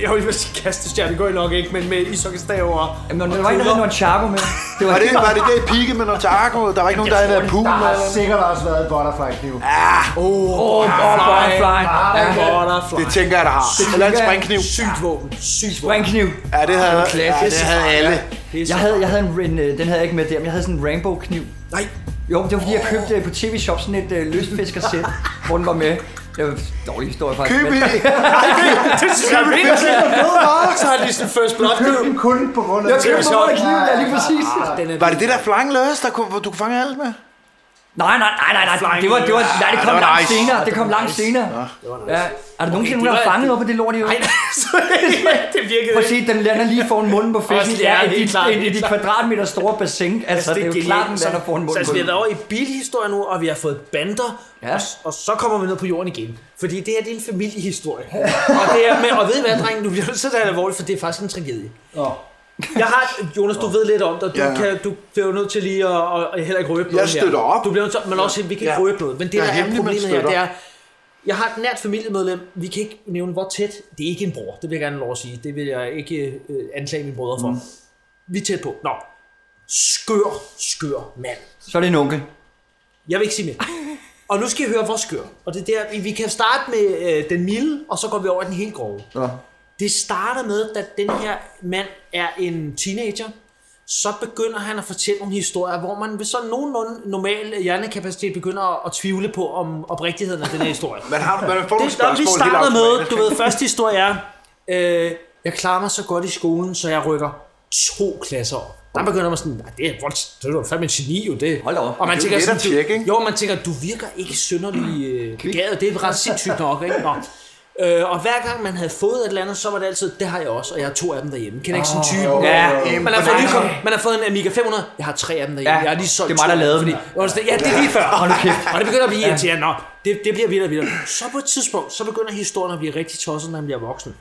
Speaker 1: jeg vil sige kastestjerne, det går I nok ikke, men med ishockeystaver. og-
Speaker 3: Jamen,
Speaker 1: og
Speaker 3: der var en, der havde
Speaker 1: kugler.
Speaker 3: noget Charco med. Det
Speaker 2: Var det, var det der pike med Notarko? Der var ikke nogen, der havde været pool.
Speaker 4: Der har
Speaker 2: eller-
Speaker 4: sikkert også været et butterfly kniv.
Speaker 3: Åh, oh, butterfly. Ja.
Speaker 1: Butterfly.
Speaker 2: Det tænker jeg, der har.
Speaker 3: Det
Speaker 2: Eller en
Speaker 3: tænker jeg.
Speaker 2: springkniv.
Speaker 1: Sygt våben. Sygt våben.
Speaker 3: Springkniv.
Speaker 2: Ja, det havde, ja,
Speaker 3: Klassisk.
Speaker 2: det havde alle.
Speaker 1: Pisse.
Speaker 3: Jeg havde, jeg havde en, en, øh, den havde jeg ikke med der, men jeg havde sådan en rainbow kniv.
Speaker 1: Nej.
Speaker 3: Jo, det var fordi, jeg købte øh, på tv-shop sådan et øh, lystfiskersæt, hvor den var med. Det var en dårlig historie faktisk.
Speaker 2: Køb
Speaker 3: men-
Speaker 2: i.
Speaker 1: Det synes jeg er vildt. Så har de sådan first blood.
Speaker 4: Køb den kun på grund af
Speaker 3: Jeg købte på
Speaker 1: Shop.
Speaker 3: grund af kniven, ja, lige præcis.
Speaker 1: Ah, Den er
Speaker 2: Var det det der flying løs, der kunne, hvor du kunne fange alt med?
Speaker 3: Nej, nej, nej, nej, nej. Det var, det var, nej, det
Speaker 2: det
Speaker 3: kom
Speaker 2: var
Speaker 3: langt
Speaker 2: nice.
Speaker 3: senere. Det kom langt senere. Ja. Er der nogensinde, nogen, der har
Speaker 1: var-
Speaker 3: fanget op af det lort i øvrigt?
Speaker 1: Nej, så- det virkede
Speaker 3: Prøv at
Speaker 1: ikke.
Speaker 3: se, den lander lige foran munden på
Speaker 1: Også
Speaker 3: fisken.
Speaker 1: det
Speaker 3: Ja,
Speaker 1: er
Speaker 3: i
Speaker 1: helt klart,
Speaker 3: de, i
Speaker 1: helt
Speaker 3: de kvadratmeter store bassin. Altså, det er jo klart, den lander foran
Speaker 1: Så
Speaker 3: munden på
Speaker 1: altså, vi er
Speaker 3: fisken.
Speaker 1: derovre i bilhistorie nu, og vi har fået bander,
Speaker 3: Ja.
Speaker 1: ja. og, s- og, så kommer vi ned på jorden igen. Fordi det her, det er en familiehistorie. og, det er med, og ved I hvad, drenge, du bliver nødt til at tage det alvorligt, for det er faktisk en tragedie.
Speaker 4: Nå.
Speaker 1: Jeg har, Jonas, du ved lidt om det, og du,
Speaker 2: Ja.
Speaker 1: ja. kan, du bliver jo nødt til lige at, at, at heller ikke røbe noget
Speaker 2: Jeg støtter
Speaker 1: her.
Speaker 2: op.
Speaker 1: Du bliver nødt til, men også, vi kan ikke
Speaker 2: Ja.
Speaker 1: røbe noget. Men det,
Speaker 2: Jeg
Speaker 1: der
Speaker 2: er
Speaker 1: er
Speaker 2: hemmelig, men
Speaker 1: problemet her,
Speaker 2: støtter.
Speaker 1: det er, jeg har et nært familiemedlem, vi kan ikke nævne hvor tæt, det er ikke en bror, det vil jeg gerne have lov at sige, det vil jeg ikke øh, anklage min brødre for. Mm. Vi er tæt på. Nå, skør, skør mand.
Speaker 3: Så er det en onkel.
Speaker 1: Jeg vil ikke sige mere. Og nu skal I høre, hvor skør. Og det er der, vi kan starte med øh, den milde, og så går vi over i den helt grove.
Speaker 3: Ja.
Speaker 1: Det starter med, at den her mand er en teenager. Så begynder han at fortælle nogle historier, hvor man ved sådan nogenlunde normal hjernekapacitet begynder at, at tvivle på om oprigtigheden af den her historie.
Speaker 2: Man, har, man får nogle
Speaker 1: det, når vi
Speaker 2: spørgsmål helt
Speaker 1: starter med,
Speaker 2: automatisk.
Speaker 1: du ved, første historie er, øh, jeg klarer mig så godt i skolen, så jeg rykker to klasser op. Der begynder man sådan, nej, det er, voldsomt, det er du fandme en geni jo, det.
Speaker 3: Hold da op.
Speaker 1: Og man
Speaker 2: Det er jo
Speaker 1: tænker
Speaker 2: let
Speaker 1: sådan,
Speaker 2: at
Speaker 1: du-
Speaker 2: tjekke, ikke?
Speaker 1: jo, man tænker, du virker ikke synderlig øh, begavet, det er ret sindssygt nok, ikke? Nå. Øh, og hver gang man havde fået et eller andet, så var det altid, det har jeg også, og jeg har to af dem derhjemme. Kender ikke sådan en type?
Speaker 3: Ja,
Speaker 1: Man har, fået,
Speaker 3: nej.
Speaker 1: nykom, man har fået en Amiga 500, jeg har tre af dem derhjemme,
Speaker 3: Ja,
Speaker 1: jeg har lige solgt
Speaker 3: det er
Speaker 1: to,
Speaker 3: mig, der lavede dem.
Speaker 1: Fordi, Og sådan, ja, det er lige før.
Speaker 3: Hold nu kæft.
Speaker 1: Og det begynder at blive irriterende. Nå, det, det bliver vildere og vildere. Så på et tidspunkt, så begynder historien at blive rigtig tosset, når han bliver voksen.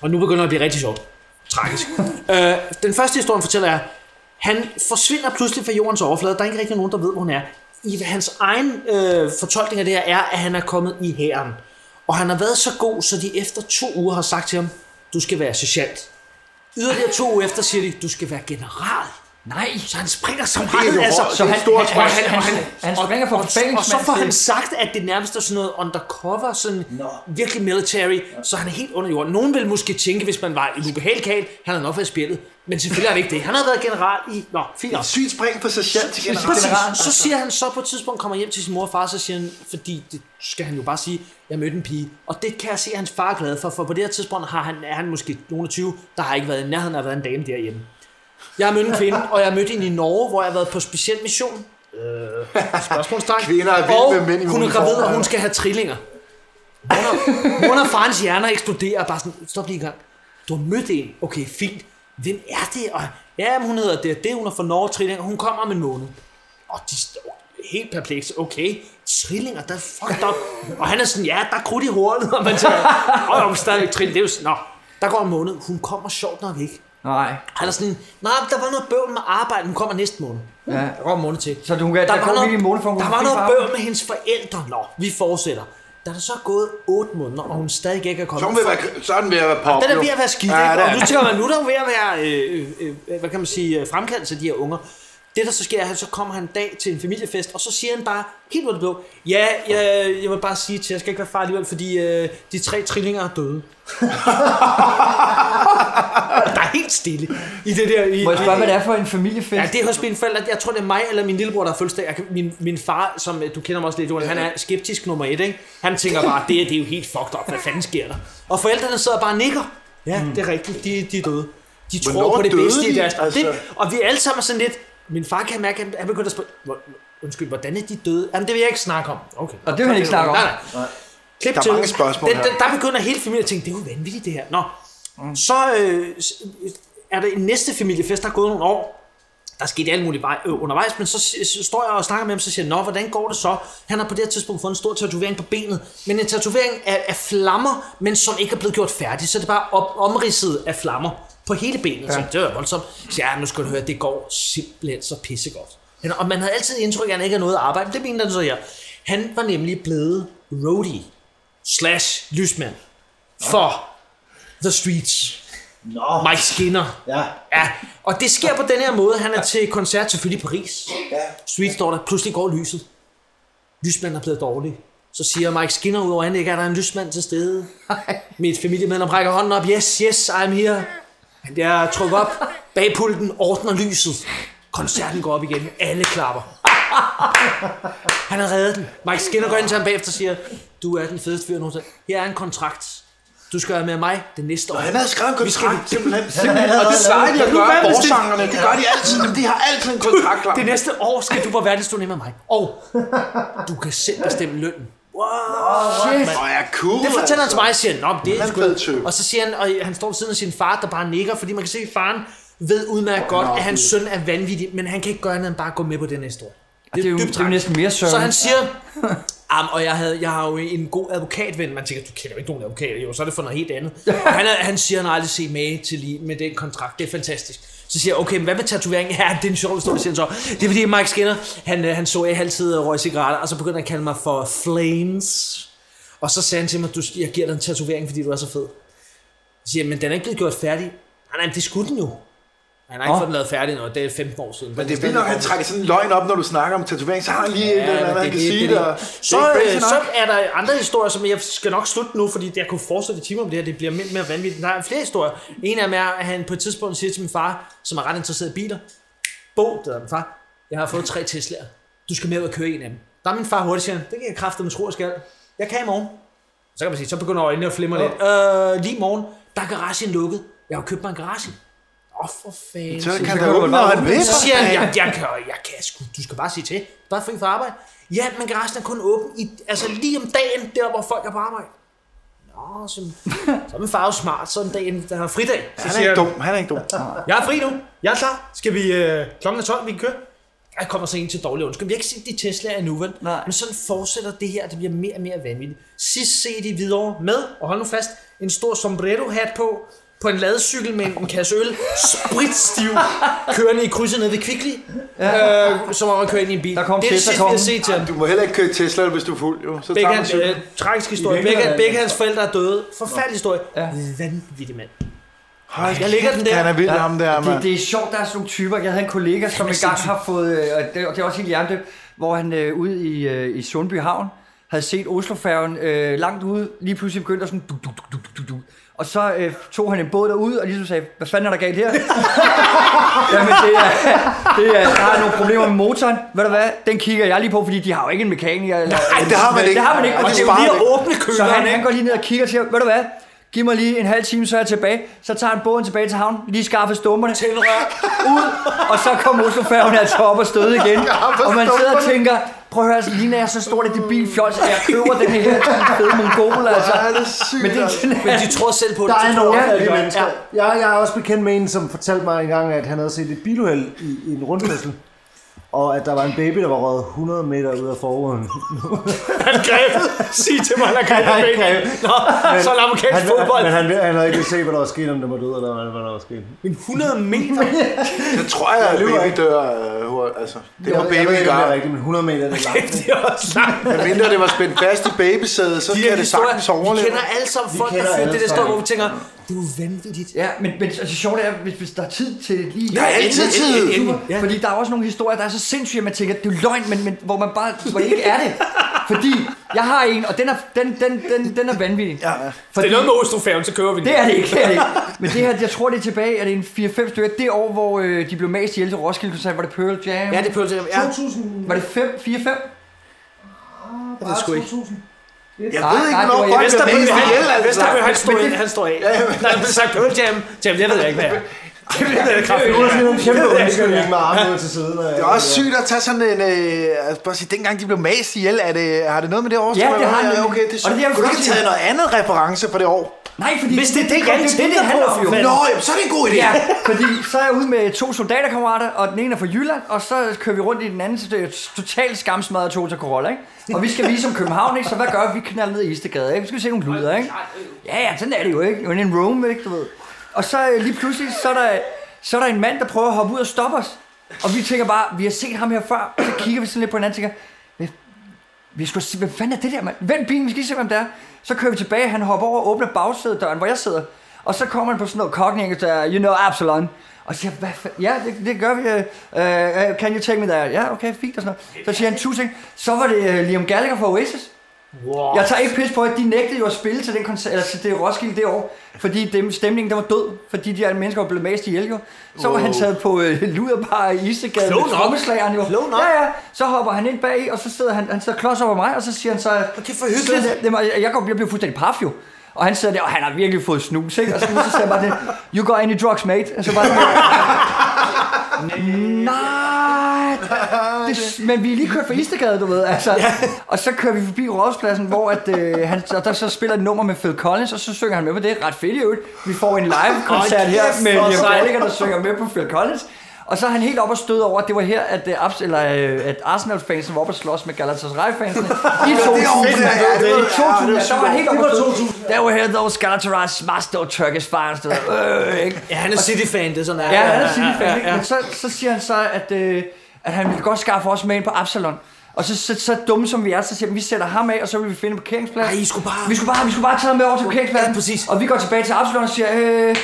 Speaker 1: Og nu begynder det at blive rigtig sjovt. Tragisk. øh, den første historie, han fortæller er, han forsvinder pludselig fra jordens overflade. Der er ikke rigtig nogen, der ved, hvor han er. I hans egen øh, fortolkning af det her er, at han er kommet i hæren. Og han har været så god, så de efter to uger har sagt til ham, du skal være sergeant. Yderligere to uger efter siger de, du skal være general.
Speaker 3: Nej.
Speaker 1: Så han springer som
Speaker 2: er
Speaker 1: regel,
Speaker 2: jo
Speaker 1: altså.
Speaker 2: hårdt.
Speaker 3: Så
Speaker 2: Det er
Speaker 3: han,
Speaker 2: en stor
Speaker 3: han,
Speaker 2: trøst.
Speaker 3: han, han, han, han springer fra fængselsmand
Speaker 1: Og så får han
Speaker 3: til-
Speaker 1: sagt, at det nærmest er sådan noget undercover, sådan no. virkelig military, så han er helt under jorden. Nogen vil måske tænke, hvis man var i Luke Halkal, han havde nok været spillet, men selvfølgelig er han ikke det. Han har været general i... Nå, fint nok.
Speaker 2: Sygt spring for sig selv til generelt.
Speaker 1: Præcis.
Speaker 3: general.
Speaker 1: Så
Speaker 2: altså.
Speaker 1: siger han så på et tidspunkt, kommer hjem til sin mor og far, så siger han, fordi det skal han jo bare sige, jeg mødte en pige. Og det kan jeg se, at hans far er glad for, for på det her tidspunkt har han, er han måske nogen af 20, der har ikke været i nærheden af at være en dame derhjemme. Jeg har mødt en kvinde, og jeg har mødt hende i Norge, hvor jeg har været på speciel mission. Øh, spørgsmålstegn.
Speaker 2: Kvinder er vilde
Speaker 1: og
Speaker 2: med mænd i
Speaker 1: hun er
Speaker 2: uniform.
Speaker 1: gravid, og hun skal have trillinger. Mor og farens hjerner eksploderer bare sådan, stop lige en gang. Du har mødt en, okay, fint. Hvem er det? Og, ja, men hun hedder det, og det hun er fra Norge, trillinger. Hun kommer om en måned. Og de står helt perplekse. Okay, trillinger, der er fucked up. og han er sådan, ja, der er krudt i hornet. Og man tænker, åh, hun stadigvæk trilling. Det er jo sådan, nå, der går en måned. Hun kommer sjovt nok ikke.
Speaker 3: Nej.
Speaker 1: Han er sådan, nej, der var noget bøvl med arbejde. Hun kommer næste måned.
Speaker 3: Ja.
Speaker 1: Der går en måned til.
Speaker 3: Så du kan- der går virkelig en måned for, at hun
Speaker 1: Der
Speaker 3: kan
Speaker 1: var
Speaker 3: fri
Speaker 1: noget
Speaker 3: fra
Speaker 1: bøvl med hendes forældre. Nå, vi fortsætter. Da der så er gået 8 måneder, og hun stadig ikke er kommet.
Speaker 2: Så vil være, sådan vil jeg være pop.
Speaker 1: Den er ved at være skidt,
Speaker 2: Ja,
Speaker 1: ja,
Speaker 2: det
Speaker 1: ikke?
Speaker 2: er
Speaker 1: Og nu tænker man, nu er der jo ved at være, øh, øh, øh, hvad kan man sige, øh, fremkaldelse af de her unger. Det, der så sker, er, at så kommer han en dag til en familiefest, og så siger han bare, helt ud af det blå, ja, jeg, jeg vil bare sige til jer, jeg skal ikke være far alligevel, fordi øh, de tre trillinger er døde. der er helt stille i det der... I,
Speaker 3: Må jeg spørge, hvad det er for en familiefest?
Speaker 1: Ja, det er hos mine forældre. Jeg tror, det er mig eller min lillebror, der har fødselsdag. Jeg kan- Min, min far, som øh, du kender mig også lidt, Jonas, han er skeptisk nummer et, ikke? Han tænker bare, det, her, det er jo helt fucked up. Hvad fanden sker der? Og forældrene sidder bare og nikker. Ja, mm. det er rigtigt. De, de er døde. De tror
Speaker 2: Hvornår
Speaker 1: på det
Speaker 2: døde
Speaker 1: bedste i
Speaker 2: de?
Speaker 1: deres...
Speaker 2: Altså-
Speaker 1: Altså... Det, og vi er alle sammen sådan lidt... Min far kan mærke, at han- han begynder at spørge... "Hvor- Undskyld, hvordan er de døde? Jamen, det vil jeg ikke snakke om. Okay.
Speaker 3: Og det vil han ikke snakke om.
Speaker 1: Nej, nej. Klip
Speaker 2: Der er
Speaker 1: til.
Speaker 2: mange spørgsmål
Speaker 1: Den,
Speaker 2: her. Mm.
Speaker 1: den, der begynder hele familien at tænke, det er jo vanvittigt det her. Nå, så øh, s- er der en næste familiefest, der er gået nogle år. Der er sket alt muligt vej, øh, undervejs, men så s- s- står jeg og snakker med ham, så siger jeg, Nå, hvordan går det så? Han har på det her tidspunkt fået en stor tatovering på benet, men en tatovering af, af flammer, men som ikke er blevet gjort færdig, så det er bare op, omridset af flammer på hele benet. Ja. Så det var voldsomt. Så siger jeg, "Ja, nu skal du høre, det går simpelthen så pissegodt. Han- Og man havde altid indtryk, at han ikke havde noget arbejde, men det mener han så her. Han var nemlig blevet roadie slash lysmand for The Streets.
Speaker 4: Nå,
Speaker 1: Mike Skinner.
Speaker 4: ja.
Speaker 1: Ja, og det sker på den her måde. Han er til koncert selvfølgelig i Paris. Street står der. Pludselig går lyset. Lysmanden er blevet dårlig. Så siger Mike Skinner ud over anlæg, er der en lysmand til stede? Mit familiemedlem rækker hånden op. Yes, yes, I'm here. Jeg trykker op bag pulten, ordner lyset. Koncerten går op igen. Alle klapper. Han har reddet den. Mike Skinner går ind til ham bagefter og siger, du er den fedeste fyr nogensinde. Her er en kontrakt. Du skal være med mig det næste år.
Speaker 2: Han havde skrevet en
Speaker 1: Vi skal-
Speaker 2: kontrakt, simpelthen.
Speaker 4: Han
Speaker 2: Og det
Speaker 4: havde-
Speaker 2: plejer de at
Speaker 1: Nu
Speaker 2: gøre,
Speaker 1: hvad hvis det-
Speaker 2: borgsangerne. Det gør de altid. De har altid en kontrakt klar.
Speaker 1: Det næste år skal du på verdensturné med mig. Og du kan selv bestemme lønnen.
Speaker 2: Åh, ja, cool.
Speaker 1: Det fortæller han til mig, og siger, Nå, men det er
Speaker 2: altså Han er fed type.
Speaker 1: sgu... Og så siger han, og han står ved siden af sin far, der bare nikker, fordi man kan se, at faren ved udmærket godt, at hans søn er vanvittig, men han kan ikke gøre andet end bare at gå med på det næste år.
Speaker 3: det, er jo, det er jo
Speaker 1: tragisk.
Speaker 3: næsten mere
Speaker 1: Så han
Speaker 3: sørgeligt.
Speaker 1: siger, Am, og jeg, havde, jeg har jo en god advokatven. Man tænker, du kender jo ikke nogen advokater, jo, så er det for noget helt andet. Og han, er- han siger, han har aldrig set med til lige med den kontrakt. Det er fantastisk. Så siger jeg, okay, men hvad med tatoveringen? Ja, det er en sjov historie, siger han så. Det er fordi, Mike Skinner, han, øh, han så, at jeg altid røg cigaretter, og så begyndte han at kalde mig for Flames. Og så sagde han til mig, du, jeg giver dig en tatovering, fordi du er så fed. Jeg siger, men den er ikke blevet gjort færdig. Nej, nej, men det skulle den jo. Han har ikke
Speaker 3: Åh.
Speaker 1: oh. fået den lavet færdig nu, og det er 15 år siden.
Speaker 2: Men det er vildt nok, at han trækker sådan en løgn op, når du snakker om tatovering. Så har han lige ja, et eller andet, han kan sige det. og-
Speaker 1: Så,
Speaker 2: det er
Speaker 1: øh,
Speaker 2: crazy
Speaker 1: så
Speaker 2: nok.
Speaker 1: er der andre historier, som jeg skal nok slutte nu, fordi jeg kunne fortsætte i timer om det her. Det bliver mere, mere vanvittigt. Der er flere historier. En af dem er, at han på et tidspunkt siger til min far, som er ret interesseret i biler, Bo, det er min far, jeg har fået tre Tesla'er. Du skal med ud og køre en af dem. Der er min far hurtigt siger, han, det kan jeg kraftedeme tro, jeg skal. Jeg kan i morgen. Så kan man sige, så begynder øjnene at flimre lidt. Øh, lige i morgen, der er garagen lukket. Jeg har købt mig en garage. Åh, oh, for fanden.
Speaker 2: Så kan
Speaker 3: så
Speaker 2: der
Speaker 3: kan
Speaker 2: åbne,
Speaker 3: man
Speaker 2: når
Speaker 3: bare
Speaker 2: han vil.
Speaker 1: Så siger han, jeg, jeg, kan, jeg kan sgu, du skal bare sige til. Bare fri fra arbejde. Ja, men garagen er kun åben i, altså lige om dagen, der hvor folk er på arbejde. Nå, så, så er min far jo smart, så en dag, der har fridag. Så
Speaker 2: Han er
Speaker 1: siger
Speaker 2: ikke dum, han er ikke dum.
Speaker 1: jeg er fri nu. Jeg er klar. Skal vi... Øh, klokken er 12, vi kan køre. Jeg kommer så ind til dårlig undskyld. Vi har ikke set de Tesla'er endnu, vel?
Speaker 3: Nej.
Speaker 1: Men sådan fortsætter det her, og det bliver mere og mere vanvittigt. Sidst set i videre med, og hold nu fast, en stor sombrero-hat på, på en ladecykel med en kasse øl, spritstiv, kørende i krydset nede ved Kvickly, ja. øh, som om at køre ind i en bil.
Speaker 3: Der kom
Speaker 1: det er det
Speaker 3: Tesla
Speaker 1: sidste, vi har
Speaker 3: kongen.
Speaker 1: set til ham.
Speaker 2: Du må heller ikke køre i Tesla, hvis du er fuld, jo. Så
Speaker 1: Begge
Speaker 2: tager man
Speaker 1: hans, øh,
Speaker 2: cyklen.
Speaker 1: tragisk historie.
Speaker 4: I
Speaker 1: Begge,
Speaker 4: virkeligheden-
Speaker 1: begge hans forældre er døde. Forfærdelig historie.
Speaker 3: Ja.
Speaker 1: Ja. Vanvittig mand.
Speaker 2: Hold
Speaker 1: jeg ligger den
Speaker 2: kæft,
Speaker 1: der.
Speaker 2: Han er vild, ham der,
Speaker 3: Det,
Speaker 2: mand.
Speaker 3: det er sjovt, der er sådan nogle typer. Jeg havde en kollega, som
Speaker 1: Fandme
Speaker 3: engang har fået, øh, og det, og det er også helt hjernedødt, hvor han øh, ude i, øh, i Sundby Havn havde set Oslofærgen øh, langt ude, lige pludselig begyndte at sådan du, du, du, du, du, du. Og så øh, tog han en båd derud og ligesom sagde, hvad fanden er der galt her? Jamen det er, det er, der er nogle problemer med motoren. Ved du hvad, den kigger jeg lige på, fordi de har jo ikke en mekaniker. Eller,
Speaker 2: Nej, det har man ikke.
Speaker 3: Det har man ikke.
Speaker 2: Og
Speaker 3: og
Speaker 2: det
Speaker 3: det er jo
Speaker 2: sparer
Speaker 3: lige
Speaker 2: man
Speaker 3: at
Speaker 2: ikke.
Speaker 1: Åbne køler.
Speaker 3: så han, han går lige ned og kigger og siger, ved du hvad, giv mig lige en halv time, så er jeg tilbage. Så tager han båden tilbage til havnen, lige skaffer stumperne,
Speaker 1: Tændrør.
Speaker 3: ud, og så kom Oslofærgen altså op og stød igen.
Speaker 2: Skaffer
Speaker 3: Og man sidder og
Speaker 2: stumperne.
Speaker 3: tænker, prøv at høre, altså, ligner jeg så stort et debil fjols, at jeg køber den her sådan fede mongol, altså.
Speaker 2: Ja, det er sygt,
Speaker 3: Men det er
Speaker 2: altså.
Speaker 3: sådan,
Speaker 1: Men de tror selv på det.
Speaker 4: Der
Speaker 1: De
Speaker 4: er en
Speaker 1: tror-
Speaker 4: overfald
Speaker 3: Ja,
Speaker 4: i
Speaker 3: ja.
Speaker 4: mennesker. Jeg, jeg er også bekendt med en, som fortalte mig engang, at han havde set et biluheld i, i en rundkørsel. Og at der var en baby, der var røget 100 meter ud af forruden.
Speaker 1: Han greb. Sig til mig, han greb.
Speaker 4: Han
Speaker 1: Han greb.
Speaker 4: greb.
Speaker 1: Nå, så er det amerikansk
Speaker 4: Han,
Speaker 1: fodbold.
Speaker 4: han, men han, han havde ikke set, hvad der var sket, om det var død, eller hvad, hvad der var sket.
Speaker 1: Men 100 meter.
Speaker 2: Jeg tror, jeg, at
Speaker 4: lyver
Speaker 2: baby
Speaker 4: ikke.
Speaker 2: dør øh, hurtigt. Altså, det var
Speaker 4: jeg, jeg ved
Speaker 2: baby
Speaker 4: ikke, om det er
Speaker 2: engang.
Speaker 4: rigtigt, men 100 meter det er langt.
Speaker 1: Det er også langt.
Speaker 2: Men mindre det var spændt fast i babysædet, så
Speaker 1: De
Speaker 2: kan
Speaker 1: her
Speaker 2: det sagtens
Speaker 1: historier, vi
Speaker 2: overleve.
Speaker 1: kender alle sammen folk, der
Speaker 4: kender
Speaker 1: fik det
Speaker 4: alle
Speaker 1: der står,
Speaker 4: sammen.
Speaker 1: hvor vi tænker, det er jo vanvittigt.
Speaker 3: Ja, men, men altså, det sjove er, hvis, hvis der er tid til det lige...
Speaker 2: Ja, altid tid.
Speaker 3: Super,
Speaker 1: Ja.
Speaker 3: Fordi der er også nogle historier, der er så sindssyge, at man tænker, det er jo løgn, men, men hvor man bare hvor det ikke er det. Fordi jeg har en, og den er, den, den, den, den er vanvittig. Ja.
Speaker 5: Det er noget med Ostrofærgen, så kører vi den.
Speaker 3: Det er det ikke, det er det ikke. Men det her, jeg tror, det er tilbage, er det en 4-5 stykker. Det år, hvor øh, de blev mast ihjel til Roskilde Koncert, var det Pearl Jam?
Speaker 1: Ja, det er Pearl Jam. Ja.
Speaker 4: 2000.
Speaker 3: Var det 5? 4-5?
Speaker 1: Det er sgu ikke.
Speaker 4: 2000.
Speaker 2: Jeg
Speaker 3: Nej,
Speaker 2: ved ikke,
Speaker 3: nej,
Speaker 2: hvornår
Speaker 3: det var-
Speaker 2: folk
Speaker 3: Vester-
Speaker 2: bliver
Speaker 1: Vesterbø,
Speaker 2: mest
Speaker 1: han,
Speaker 2: ihjel, altså.
Speaker 1: Vesterbø, han, står, han står af. Nej, han blev sagt Pearl Jam. Jam, jeg ved jeg ikke, hvad jeg er. Det ved jeg ikke.
Speaker 4: Det var sådan nogle kæmpe undskyldning med armen ud til siden. og-
Speaker 2: Det er også sygt at tage sådan en... Øh, altså bare sige, dengang de blev mast ihjel, er det, har det noget med det år?
Speaker 3: Ja, det har
Speaker 2: det.
Speaker 3: det.
Speaker 2: Okay, det er
Speaker 3: Og det er
Speaker 2: sygt.
Speaker 3: det, jeg
Speaker 2: Kunne du ikke
Speaker 3: vil
Speaker 2: have taget noget andet reference på det år?
Speaker 3: Nej, fordi...
Speaker 1: Hvis det er det, jeg
Speaker 3: det,
Speaker 1: tænker
Speaker 3: det
Speaker 1: på,
Speaker 3: handler om, jo.
Speaker 1: hvad-
Speaker 2: Nå, jamen, så er det en god idé.
Speaker 3: Ja, fordi så er jeg ude med to soldaterkammerater, og den ene er fra Jylland, og så kører vi rundt i den anden, så det er et totalt skamsmadret Toyota Corolla, ikke? Og vi skal vise om København, ikke? Så hvad gør vi? Vi knalder ned i Istegade, ikke? Vi skal se nogle luder, ikke? Ja, ja, sådan er det jo, ikke? Men en Rome, ikke, du ved. Og så øh, lige pludselig, så er, der, så er der en mand, der prøver at hoppe ud og stoppe os. Og vi tænker bare, vi har set ham her før, og så kigger vi sådan lidt på hinanden og tænker, "Hvad vi skulle se, hvem fanden er det der, mand? Vend bilen, vi skal lige se, hvem det er. Så kører vi tilbage, han hopper over og åbner bagsædedøren, hvor jeg sidder. Og så kommer han på sådan noget cockney, der you know Absalon. Og siger, hvad fa- ja, det, det gør vi. Uh, uh, can you take me there? Ja, okay, fint og sådan noget. Så siger han tusind. Så var det uh, Liam Gallagher fra Oasis.
Speaker 1: Wow.
Speaker 3: Jeg tager ikke pis på, at de nægtede jo at spille til den koncert, altså til det Roskilde det år, fordi dem, stemningen der var død, fordi de her mennesker var blevet mast ihjel jo. Så var han taget på øh, luderbar i Isegade
Speaker 1: Klog
Speaker 3: med
Speaker 1: nok.
Speaker 3: trommeslageren jo.
Speaker 1: Klog nok.
Speaker 3: Ja, ja. Så hopper han ind bag i, og så sidder han, han sidder klods over mig, og så siger han så... Det
Speaker 1: er for hyggeligt.
Speaker 3: det, jeg, jeg, går, jeg bliver fuldstændig paf jo. Og han sidder der, og han har virkelig fået snus, ikke? Og så, så siger jeg bare det, you got any drugs, mate? Og så bare, Nej, det, men vi er lige kørt fra Istegade, du ved, altså. Og så kører vi forbi Rådhuspladsen, hvor at, øh, han, og der så spiller et nummer med Phil Collins, og så synger han med på det. Ret fedt i øvrigt. Vi får en live-koncert her
Speaker 1: kæft,
Speaker 3: med
Speaker 1: hvor
Speaker 3: Liam
Speaker 1: sejt.
Speaker 3: Gallagher, der synger med på Phil Collins. Og så er han helt op og stød over, at det var her, at, øh, Abs- eller, øh, at Arsenal-fansen var op og slås med Galatasaray-fansen. I 2000,
Speaker 2: fedt, ja, det
Speaker 3: i
Speaker 2: var-
Speaker 3: 2000, der var han helt op og
Speaker 4: Det var
Speaker 3: stød.
Speaker 4: 2000.
Speaker 3: Der var her, those Galatasaray's master Turkish fans. du ved, Øh, ikke?
Speaker 1: Ja, han er City-fan, det er sådan,
Speaker 3: Ja, han er City-fan, ikke? Men så, så siger han så, at, øh, at han ville godt skaffe os med ind på Absalon. Og så, så, så dumme som vi er, så siger han, vi sætter ham af, og så vil vi finde en parkeringsplads.
Speaker 1: Ej, I skulle bare-
Speaker 3: Vi skulle bare, vi skulle bare tage ham med over til parkeringspladsen.
Speaker 1: Ja, præcis.
Speaker 3: Og vi går tilbage til Absalon og siger, øh,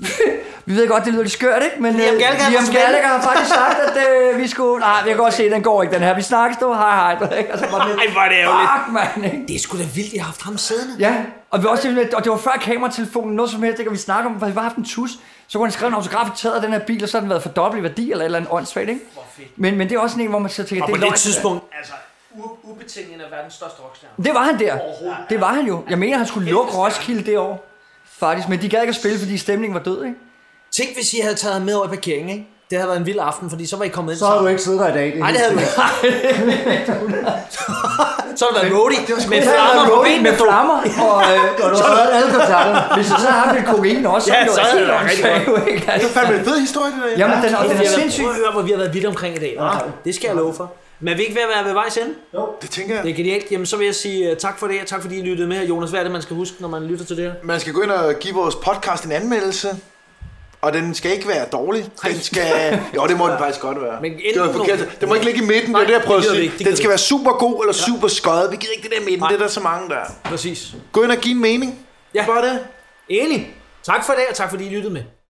Speaker 3: vi ved godt, det lyder lidt skørt, ikke? Men øh,
Speaker 1: Liam Gallagher
Speaker 3: Liam
Speaker 1: forsvinder.
Speaker 3: Gallagher har faktisk sagt, at øh, vi skulle... Nej, jeg kan godt se, den går ikke, den her. Vi snakkes du, hej hej. du ved, ikke? Og så bare lidt,
Speaker 1: Ej, hvor er det ærgerligt.
Speaker 3: Fuck, man, ikke?
Speaker 1: Det er sgu da vildt, jeg har haft ham siddende.
Speaker 3: Ja, og, vi også, det med- og det var før kameratelefonen, noget som helst, det kan vi snakke om, for vi bare haft en tus, så kunne han skrive en autograf i taget af den her bil, og så har den været for dobbelt i værdi, eller et eller andet åndssvagt, ikke? Men, men det er også sådan en, hvor man så tænker,
Speaker 1: Og på
Speaker 3: løgn.
Speaker 1: det tidspunkt,
Speaker 5: Altså, u- ubetinget en af verdens største rockstjerne.
Speaker 3: Det var han der.
Speaker 5: Overhovedet.
Speaker 3: Det var han jo. Jeg mener, han skulle lukke Roskilde det år, faktisk, men de gad ikke at spille, fordi stemningen var død, ikke?
Speaker 1: tænk hvis I havde taget ham med over i parkeringen, ikke? Det havde været en vild aften, fordi så var I kommet ind
Speaker 4: Så har du ikke siddet der i dag.
Speaker 1: Nej, det havde du ikke. så har du været roadie med
Speaker 3: Så
Speaker 1: flammer
Speaker 3: er der
Speaker 1: på
Speaker 3: Roadie
Speaker 1: benene.
Speaker 3: med flammer, og øh,
Speaker 4: Og du har været alle koncerterne.
Speaker 3: hvis jeg så havde haft lidt kokain også, så
Speaker 1: Ja,
Speaker 3: ville det
Speaker 1: så
Speaker 3: være
Speaker 1: havde det
Speaker 3: helt
Speaker 1: været rigtig
Speaker 3: åndssvagt, jo, ikke?
Speaker 2: Det er fandme en fed historie, det der.
Speaker 3: Jamen, den, og den er sindssyg.
Speaker 1: Prøv at høre, hvor vi har været vidt omkring i dag. Ja, det skal jeg love for. Men er vi ikke ved at være ved vejs ende?
Speaker 2: Det tænker jeg.
Speaker 1: Det er genialt. Jamen, så vil jeg sige øh, tak for det, og tak fordi I lyttede med. Jonas, hvad er det, man skal huske, når man lytter til det her?
Speaker 2: Man skal gå ind og give vores podcast en anmeldelse. Og den skal ikke være dårlig. Den skal... Jo, det må den faktisk godt være.
Speaker 1: Men
Speaker 2: det var
Speaker 1: enten
Speaker 2: forkert.
Speaker 1: nogen-
Speaker 2: Den må ikke ligge i midten,
Speaker 1: Nej,
Speaker 2: det er det, jeg prøver
Speaker 1: det
Speaker 2: at
Speaker 1: gider vi
Speaker 2: sige.
Speaker 1: ikke, det gider
Speaker 2: den skal
Speaker 1: vi
Speaker 2: være super god eller super skøjet. Vi gider ikke det der midten, det er der så mange der. er.
Speaker 1: Præcis.
Speaker 2: Gå ind og give en mening.
Speaker 1: Ja.
Speaker 2: Bare det.
Speaker 1: Enig. Tak for det, og tak fordi I lyttede med.